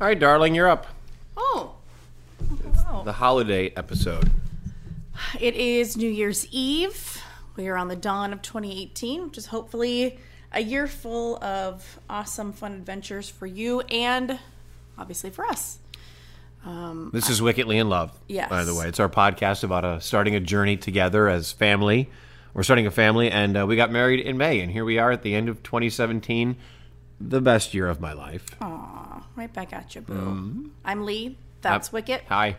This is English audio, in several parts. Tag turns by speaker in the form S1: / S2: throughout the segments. S1: All right, darling, you're up.
S2: Oh,
S1: The holiday episode.
S2: it is New Year's Eve. We are on the dawn of 2018, which is hopefully a year full of awesome, fun adventures for you and obviously for us.
S1: This is Wickedly in Love.
S2: Yes.
S1: By the way, it's our podcast about uh, starting a journey together as family. We're starting a family, and uh, we got married in May, and here we are at the end of 2017, the best year of my life.
S2: Oh, Right back at you, boo. I'm Lee. That's Wicket.
S1: Hi.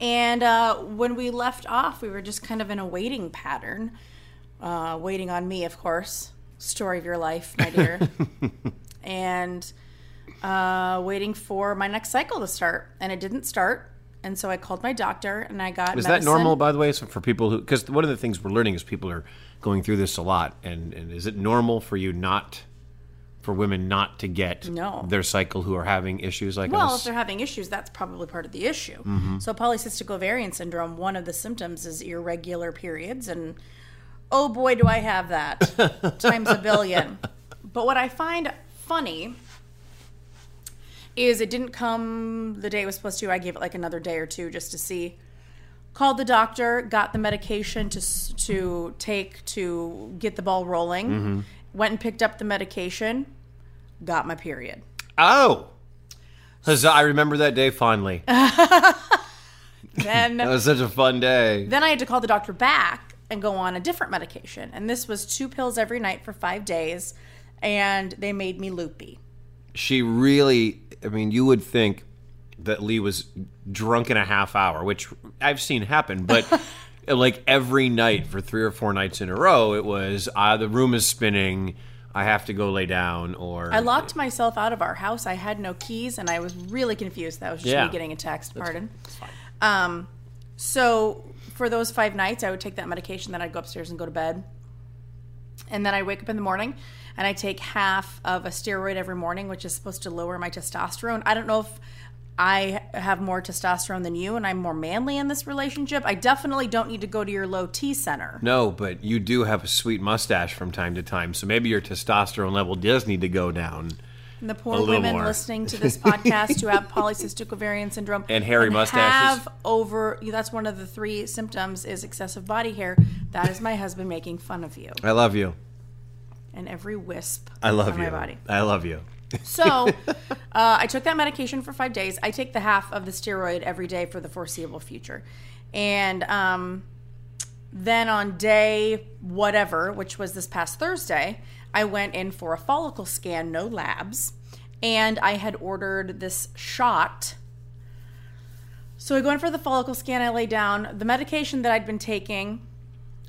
S2: And uh, when we left off, we were just kind of in a waiting pattern, uh, waiting on me, of course. Story of your life, my dear. and uh, waiting for my next cycle to start, and it didn't start. And so I called my doctor, and I got.
S1: Is that
S2: medicine.
S1: normal, by the way, so for people who? Because one of the things we're learning is people are going through this a lot, and, and is it normal for you not, for women not to get
S2: No.
S1: their cycle who are having issues like
S2: Well, if
S1: us?
S2: they're having issues, that's probably part of the issue. So, polycystic ovarian syndrome, one of the symptoms is irregular periods. And oh boy, do I have that times a billion. But what I find funny is it didn't come the day it was supposed to. I gave it like another day or two just to see. Called the doctor, got the medication to, s- to take to get the ball rolling, went and picked up the medication, got my period.
S1: Oh, huzzah! I remember that day fondly. That
S2: Then.
S1: was such a fun day.
S2: Then I had to call the doctor back and go on a different medication. And this was two pills every night for five days. And they made me loopy.
S1: She really. I mean, you would think that Lee was drunk in a half hour, which I've seen happen, but. Like every night for three or four nights in a row, it was uh, the room is spinning. I have to go lay down, or
S2: I locked myself out of our house. I had no keys and I was really confused. That was just
S1: Yeah.
S2: me getting a text. Pardon. Um, so for those five nights, I would take that medication. Then I'd go upstairs and go to bed. And then I wake up in the morning and I take half of a steroid every morning, which is supposed to lower my testosterone. I don't know if I have more testosterone than you and I'm more manly in this relationship. I definitely don't need to go to your low T center.
S1: No, but you do have a sweet mustache from time to time, so maybe your testosterone level does need to go down.
S2: And the poor
S1: little
S2: women
S1: more.
S2: listening to this podcast who have polycystic ovarian syndrome
S1: And hairy mustaches.
S2: have over that's one of the three symptoms is excessive body hair. That is my husband making fun of you
S1: I love you.
S2: and every wisp
S1: I love
S2: on
S1: you.
S2: my body.
S1: I love you.
S2: So uh, I took that medication for five days. I take the half of the steroid every day for the foreseeable future, and um, then on day whatever, which was this past Thursday, I went in for a follicle scan, no labs, and I had ordered this shot. So I go in for the follicle scan. I lay down. The medication that I'd been taking,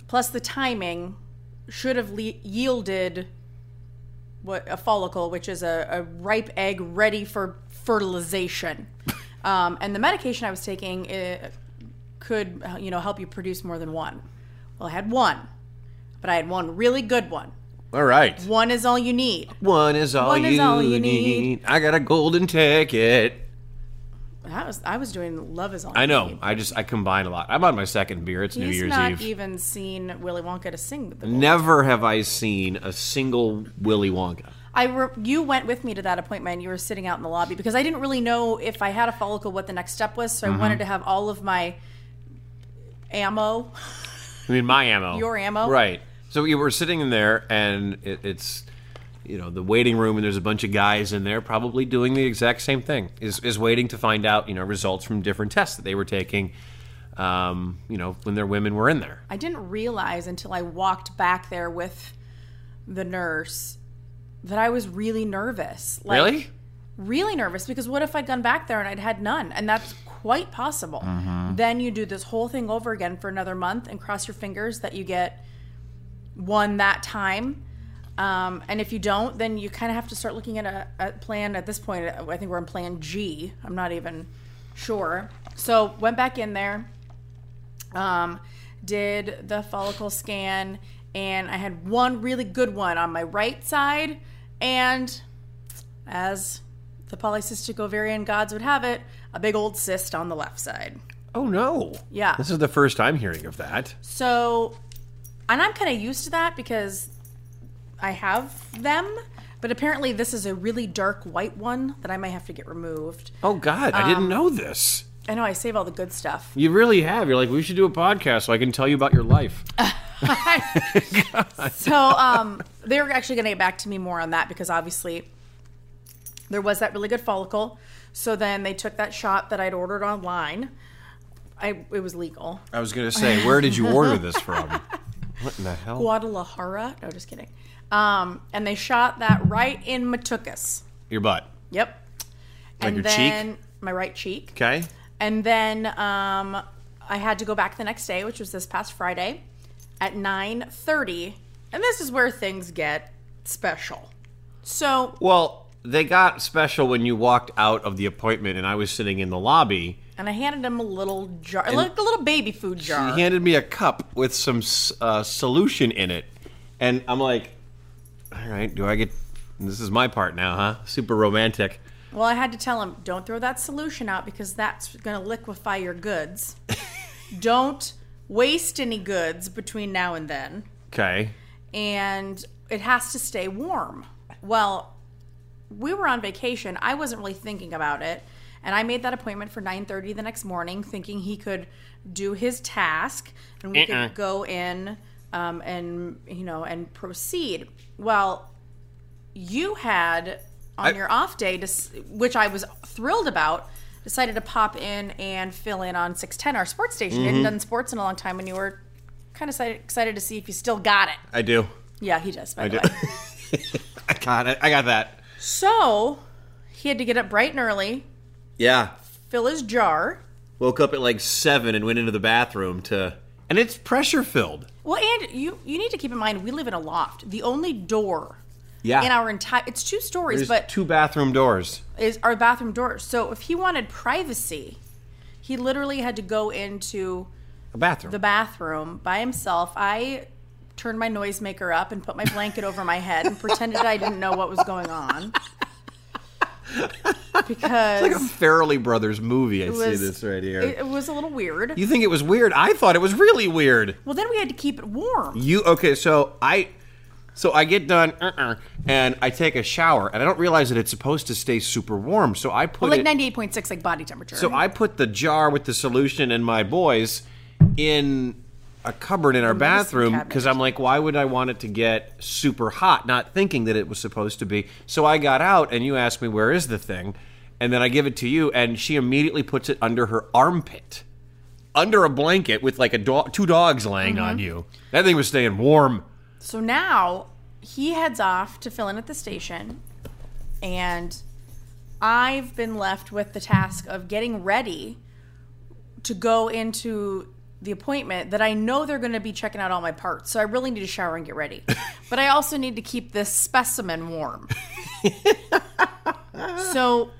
S2: plus the timing, should have le- yielded what a follicle, which is a, a ripe egg ready for fertilization. Um, and the medication I was taking uh could, uh, you know, help you produce more than one. Well, I had one, but I had one really good one.
S1: All right.
S2: One is all you need.
S1: One is all,
S2: One
S1: you,
S2: is all you
S1: need.
S2: need.
S1: I got a golden ticket.
S2: I was I was doing love is all.
S1: I
S2: You
S1: know.
S2: Need.
S1: I just I combine a lot. I'm on my second beer. It's New
S2: He's
S1: Year's
S2: not
S1: Eve.
S2: even seen Willy Wonka to sing with the.
S1: Never have I seen a single Willy Wonka.
S2: I re- you went with me to that appointment. You were sitting out in the lobby because I didn't really know if I had a follicle what the next step was, so
S1: Mm-hmm.
S2: I wanted to have all of my ammo.
S1: I mean, my ammo.
S2: Your ammo?
S1: Right. So you were sitting in there, and it, it's, you know, the waiting room, and there's a bunch of guys in there probably doing the exact same thing, is, is waiting to find out, you know, results from different tests that they were taking, um, you know, when their women were in there.
S2: I didn't realize until I walked back there with the nurse that I was really nervous. Like,
S1: really?
S2: Really nervous because what if I'd gone back there and I'd had none? And that's quite possible. Then you do this whole thing over again for another month and cross your fingers that you get one that time. Um, and if you don't, then you kind of have to start looking at a, a plan at this point. I think we're in plan G. I'm not even sure. So went back in there um, did the follicle scan, and I had one really good one on my right side. And as the polycystic ovarian gods would have it, a big old cyst on the left side.
S1: Oh, no.
S2: Yeah.
S1: This is the first time hearing of that.
S2: So, and I'm kind of used to that because I have them. But apparently, this is a really dark white one that I might have to get removed.
S1: Oh God, I didn't know this.
S2: I know I save all the good stuff.
S1: You really have. You're like, we should do a podcast so I can tell you about your life.
S2: so um, they were actually going to get back to me more on that because obviously there was that really good follicle. So then they took that shot that I'd ordered online. I, it was legal.
S1: I was gonna say, where did you order this from? What in the hell?
S2: Guadalajara? No, just kidding. Um, and they shot that right in Matukas.
S1: Your butt.
S2: Yep.
S1: Like
S2: and
S1: your cheek?
S2: then my right cheek.
S1: Okay.
S2: And then um, I had to go back the next day, which was this past Friday, at nine thirty. And this is where things get special. So
S1: Well, they got special when you walked out of the appointment, and I was sitting in the lobby.
S2: and I handed him a little jar, like a little baby food jar.
S1: He handed me a cup with some s- uh, solution in it, and I'm like, "All right, do I get? This is my part now, huh? Super romantic."
S2: well, I had to tell him, don't throw that solution out because that's going to liquefy your goods. don't waste any goods between now and then,
S1: Okay.
S2: and it has to stay warm. Well, we were on vacation. I wasn't really thinking about it, and I made that appointment for 9:30 the next morning, thinking he could do his task and we
S1: Uh-uh.
S2: could go in um, and you know and proceed. Well, you had on
S1: I-
S2: your off day, dis- which I was thrilled about. Decided to pop in and fill in on 610, our sports station. You hadn't done sports in a long time, and you were kind of excited to see if you still got it.
S1: I do.
S2: Yeah, he does, by the
S1: do.
S2: way.
S1: I got it. I got that.
S2: So he had to get up bright and early,
S1: Yeah.
S2: fill his jar.
S1: Woke up at like seven and went into the bathroom to, and it's pressure filled.
S2: Well, and you you need to keep in mind we live in a loft. The only door
S1: Yeah.
S2: in our entire it's two stories,
S1: Ah. There's
S2: but
S1: two bathroom doors.
S2: is our bathroom doors. So if he wanted privacy, he literally had to go into
S1: A bathroom.
S2: the bathroom by himself. I turned my noisemaker up and put my blanket over my head and pretended I didn't know what was going on. Because
S1: like a Farrelly Brothers movie. I see
S2: was-
S1: this right here.
S2: it, it was a little weird.
S1: you think it was weird? I thought it was really weird.
S2: well, then we had to keep it warm.
S1: You okay? So I, so I get done, uh-uh, and I take a shower, and I don't realize that it's supposed to stay super warm. So I put
S2: Like
S1: it,
S2: 98.6, like body temperature.
S1: so I put the jar with the solution and my boys in a cupboard in our
S2: medicine
S1: bathroom
S2: cabinet.
S1: because I'm like, why would I want it to get super hot? Not thinking that it was supposed to be. So I got out, and you asked me where is the thing, and then I give it to you, and she immediately puts it under her armpit. Under a blanket with like a dog, two dogs laying
S2: Mm-hmm.
S1: on you. That thing was staying warm.
S2: So now he heads off to fill in at the station, and I've been left with the task of getting ready to go into the appointment that I know they're going to be checking out all my parts. So I really need to shower and get ready. but I also need to keep this specimen warm. so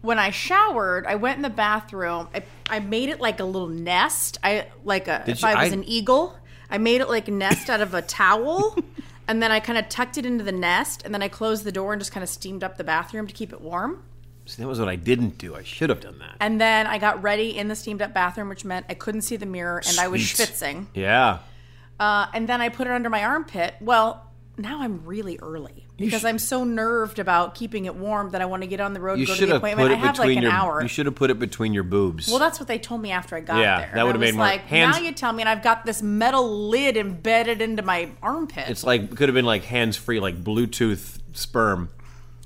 S2: when I showered, I went in the bathroom. I, I made it like a little nest. I like a if
S1: you-
S2: I was
S1: I-
S2: an eagle, I made it like a nest out of a towel. And then I kind of tucked it into the nest, and then I closed the door and just kind of steamed up the bathroom to keep it warm.
S1: See, that was what I didn't do. I should have done that.
S2: And then I got ready in the steamed up bathroom, which meant I couldn't see the mirror and I was
S1: Sweet.
S2: schwitzing.
S1: Yeah.
S2: Uh, and then I put it under my armpit. Well, now I'm really early because
S1: sh-
S2: I'm so nerved about keeping it warm that I want to get on the road
S1: You
S2: and go to
S1: should
S2: the
S1: have
S2: appointment.
S1: put
S2: I
S1: it
S2: have
S1: between
S2: like an
S1: your.
S2: hour.
S1: You should have put it between your boobs.
S2: well, that's what they told me after I got
S1: Yeah,
S2: there.
S1: that
S2: And
S1: would've
S2: I was
S1: made more-
S2: like,
S1: hands-
S2: now you tell me, and I've got this metal lid embedded into my armpit.
S1: It's like could have been like hands free, like Bluetooth sperm,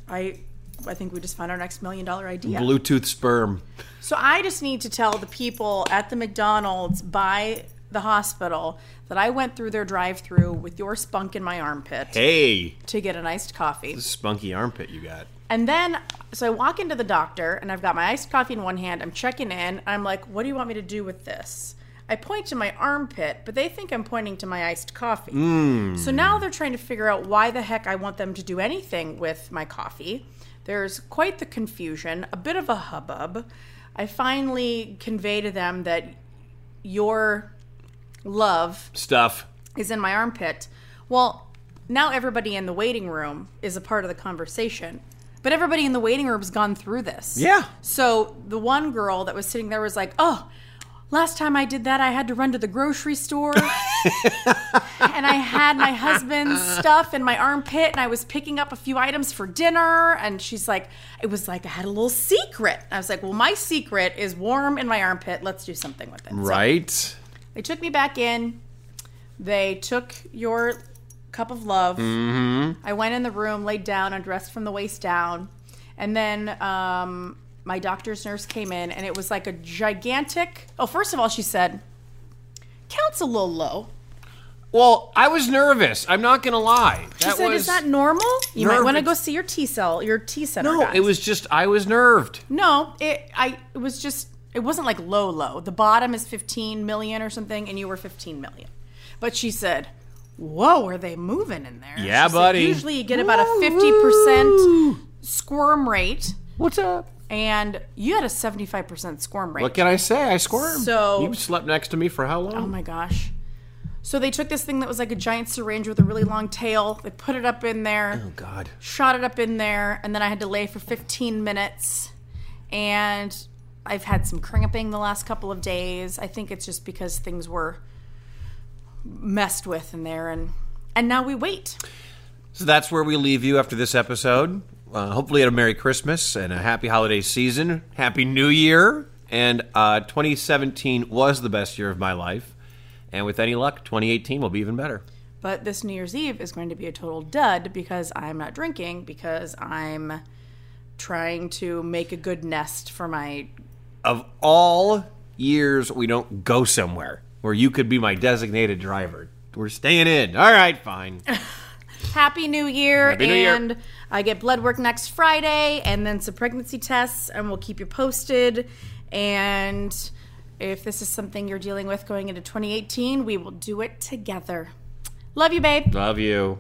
S2: I, I think we just found our next million dollar idea.
S1: Bluetooth sperm.
S2: So I just need to tell the people at the McDonald's by the hospital that I went through their drive-through with your spunk in my armpit
S1: Hey,
S2: to get an iced coffee.
S1: spunky armpit you got.
S2: And then so I walk into the doctor and I've got my iced coffee in one hand. I'm checking in. And I'm like, "What do you want me to do with this?" I point to my armpit, but they think I'm pointing to my iced coffee. So now they're trying to figure out why the heck I want them to do anything with my coffee. There's quite the confusion, a bit of a hubbub. I finally convey to them that your love
S1: Stuff.
S2: is in my armpit. Well, now everybody in the waiting room is a part of the conversation. But everybody in the waiting room has gone through this.
S1: Yeah.
S2: So the one girl that was sitting there was like, "Oh, last time I did that, I had to run to the grocery store. and I had my husband's stuff in my armpit and I was picking up a few items for dinner. And she's like, it was like I had a little secret. I was like, well, my secret is warm in my armpit. Let's do something with it. So
S1: Right?
S2: they took me back in. They took your cup of love.
S1: Mm-hmm.
S2: I went in the room, laid down, undressed from the waist down. And then um, my doctor's nurse came in, and it was like a gigantic. Oh, first of all, she said, Count's a little low.
S1: Well, I was nervous. I'm not going to lie.
S2: She
S1: that
S2: said,
S1: was
S2: Is that normal? You might
S1: Nerve-
S2: want to go see your T cell, your T center.
S1: No,
S2: guys."
S1: it was just I was nerved.
S2: No, it, I, it was just, it wasn't like low, low. The bottom is 15 million or something, and you were 15 million. But she said, Whoa, are they moving in there?
S1: Yeah,
S2: She said,
S1: buddy.
S2: Usually you get about a 50% squirm rate,
S1: What's up?
S2: and you had a 75% squirm rate.
S1: What can I say? I squirmed.
S2: So-
S1: you slept next to me for how long?
S2: Oh my gosh. So they took this thing that was like a giant syringe with a really long tail, they put it up in there.
S1: Oh, God.
S2: shot it up in there, and then I had to lay for 15 minutes. And I've had some crimping the last couple of days. I think it's just because things were messed with in there, and and now we wait.
S1: So that's where we leave you after this episode. Uh, hopefully, a Merry Christmas and a Happy Holiday Season, Happy New Year, and uh, 2017 was the best year of my life. And with any luck, 2018 will be even better.
S2: But this New Year's Eve is going to be a total dud because I'm not drinking because I'm trying to make a good nest for my
S1: Of all years, we don't go somewhere where you could be my designated driver. We're staying in. All right, fine.
S2: Happy New Year.
S1: Happy New Year.
S2: and I get blood work next Friday and then some pregnancy tests, and we'll keep you posted. And if this is something you're dealing with going into 2018, we will do it together. Love you, babe.
S1: Love you.